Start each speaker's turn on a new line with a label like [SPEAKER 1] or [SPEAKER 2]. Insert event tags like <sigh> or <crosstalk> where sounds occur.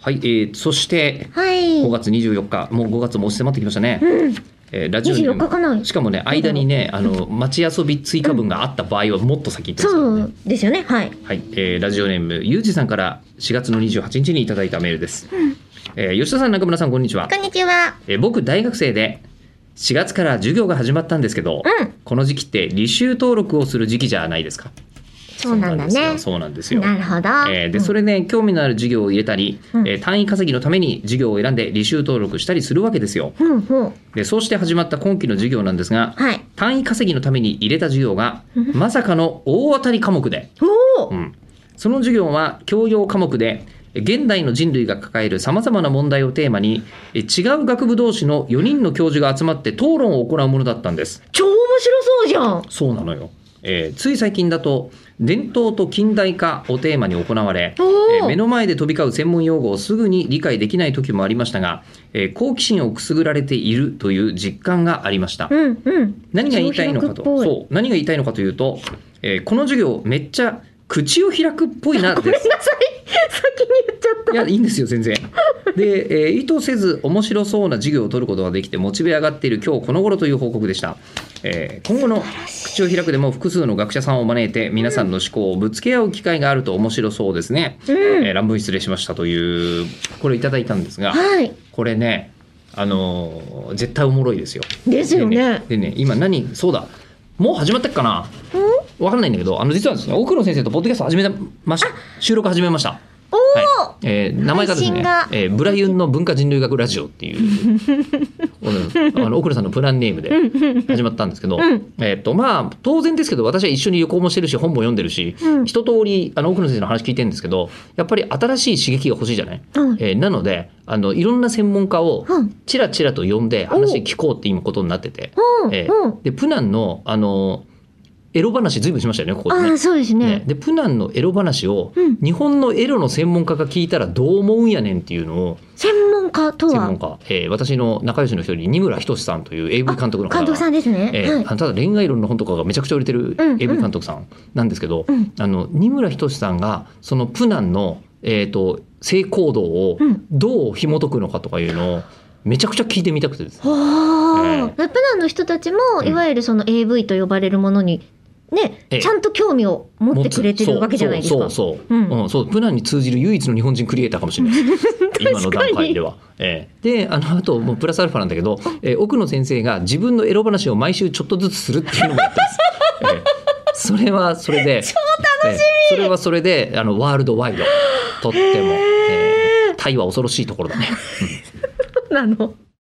[SPEAKER 1] はい、えー、そして
[SPEAKER 2] はい
[SPEAKER 1] 5月24日、もう5月も押し迫ってきましたね。
[SPEAKER 2] うん
[SPEAKER 1] えーラジオネーム
[SPEAKER 2] 24日かな
[SPEAKER 1] しかもね間にねあの街遊び追加分があった場合はもっと先行ってますから
[SPEAKER 2] そ
[SPEAKER 1] ね
[SPEAKER 2] うですよねはい
[SPEAKER 1] はい、えーラジオネームゆうじさんから4月の28日にいただいたメールです、えー吉田さん中村さんこんにちは、
[SPEAKER 2] こんにちは
[SPEAKER 1] えー僕大学生で4月から授業が始まったんですけど、
[SPEAKER 2] うん
[SPEAKER 1] この時期って履修登録をする時期じゃないですか
[SPEAKER 2] そうなんだね
[SPEAKER 1] そうなんですよそうなん
[SPEAKER 2] な
[SPEAKER 1] ですよ
[SPEAKER 2] るほど
[SPEAKER 1] えーでそれね興味のある授業を入れたり、
[SPEAKER 2] うん
[SPEAKER 1] えー単位稼ぎのために授業を選んで履修登録したりするわけですよ
[SPEAKER 2] うんほう
[SPEAKER 1] でそうして始まった今期の授業なんですが
[SPEAKER 2] はい
[SPEAKER 1] 単位稼ぎのために入れた授業が
[SPEAKER 2] うん
[SPEAKER 1] まさかの大当たり科目で
[SPEAKER 2] おお
[SPEAKER 1] うん、その授業は教養科目で現代の人類が抱えるさまざまな問題をテーマにえ違う学部同士の4人の教授が集まって討論を行うものだったんです
[SPEAKER 2] 超面白そうじゃん
[SPEAKER 1] そうなのよ、えーつい最近だと伝統と近代化をテーマに行われ、え
[SPEAKER 2] お
[SPEAKER 1] ー
[SPEAKER 2] お
[SPEAKER 1] 目の前で飛び交う専門用語をすぐに理解できない時もありましたが、えー好奇心をくすぐられているという実感がありました
[SPEAKER 2] うんうん
[SPEAKER 1] 何が言いたいのかと
[SPEAKER 2] 口を開くっぽい
[SPEAKER 1] そう何が言いたいのかというと、えーこの授業めっちゃ口を開くっぽいな
[SPEAKER 2] ごめ
[SPEAKER 1] で
[SPEAKER 2] んな
[SPEAKER 1] す
[SPEAKER 2] さい先に言っちゃった
[SPEAKER 1] いやいいんですよ全然。で、えー意図せず面白そうな授業を取ることができてモチベ上がっている今日この頃という報告でした、えー今後の「口を開く」でも複数の学者さんを招いて皆さんの思考をぶつけ合う機会があると面白そうですね、
[SPEAKER 2] う
[SPEAKER 1] え
[SPEAKER 2] ん
[SPEAKER 1] ー乱文失礼しましたというこれをいただいたんですが
[SPEAKER 2] はい
[SPEAKER 1] これねあのー絶対おもろいですよ。
[SPEAKER 2] ですよね
[SPEAKER 1] でねでね今何そうだもう始まったっかなわかんないんだけどあの実はですね奥野先生とポッドキャスト始めました収録始めました。
[SPEAKER 2] お
[SPEAKER 1] は
[SPEAKER 2] お
[SPEAKER 1] いえー名前がですね
[SPEAKER 2] 配信が、
[SPEAKER 1] えーブラユンの文化人類学ラジオっ
[SPEAKER 2] <laughs>
[SPEAKER 1] ていううんあの奥野さんのプランネームで始まったんですけど、
[SPEAKER 2] うん
[SPEAKER 1] えーっとまあ、当然ですけど私は一緒に旅行もしてるし本も読んでるし、
[SPEAKER 2] うん
[SPEAKER 1] 一通りあの奥野先生の話聞いてるんですけどやっぱり新しい刺激が欲しいじゃない、
[SPEAKER 2] うん
[SPEAKER 1] えーなのであのいろんな専門家を
[SPEAKER 2] うん
[SPEAKER 1] ちらちらと呼んで話聞こうって今ことになってて、
[SPEAKER 2] うん
[SPEAKER 1] えー
[SPEAKER 2] うん
[SPEAKER 1] でプナンのあのエロ話随分しましたよねここでね
[SPEAKER 2] あ。あそうです
[SPEAKER 1] ね
[SPEAKER 2] ね、
[SPEAKER 1] でプナンのエロ話を
[SPEAKER 2] うん
[SPEAKER 1] 日本のエロの専門家が聞いたらどう思うんやねんっていうのを
[SPEAKER 2] 専門家と
[SPEAKER 1] 専
[SPEAKER 2] は
[SPEAKER 1] 門家、えー私の仲良しの一人二村仁さんという AV 監督の方
[SPEAKER 2] 監督さんですね、
[SPEAKER 1] えー
[SPEAKER 2] はい
[SPEAKER 1] あのただ恋愛論の本とかがめちゃくちゃ売れてる
[SPEAKER 2] うん
[SPEAKER 1] AV 監督さんなんですけど、
[SPEAKER 2] うん
[SPEAKER 1] あの二村仁さんがそのプナンの、えー、と性行動を
[SPEAKER 2] うん
[SPEAKER 1] どう紐解くのかとかいうのをめちゃくちゃ聞いてみたくてですね。
[SPEAKER 2] はあ、
[SPEAKER 1] え
[SPEAKER 2] プランの人たちも、
[SPEAKER 1] うん
[SPEAKER 2] いわゆるその AV と呼ばれるものにね、
[SPEAKER 1] ええ
[SPEAKER 2] ちゃんと興味を持ってくれてるわけじゃないです
[SPEAKER 1] そ
[SPEAKER 2] か
[SPEAKER 1] う。そうそう、う
[SPEAKER 2] うん
[SPEAKER 1] んそうプナンに通じる唯一の日本人クリエイターかもしれないです <laughs> 今の段階では。ええであのあともうプラスアルファなんだけど、えー奥野先生が自分のエロ話を毎週ちょっとずつするっていうのもやってます。ええそれはそれで <laughs> 超楽しみ、ええそれはそれであのワールド
[SPEAKER 2] <laughs>
[SPEAKER 1] ワイドとっても、ええタイは恐ろしいところだね。
[SPEAKER 2] なの。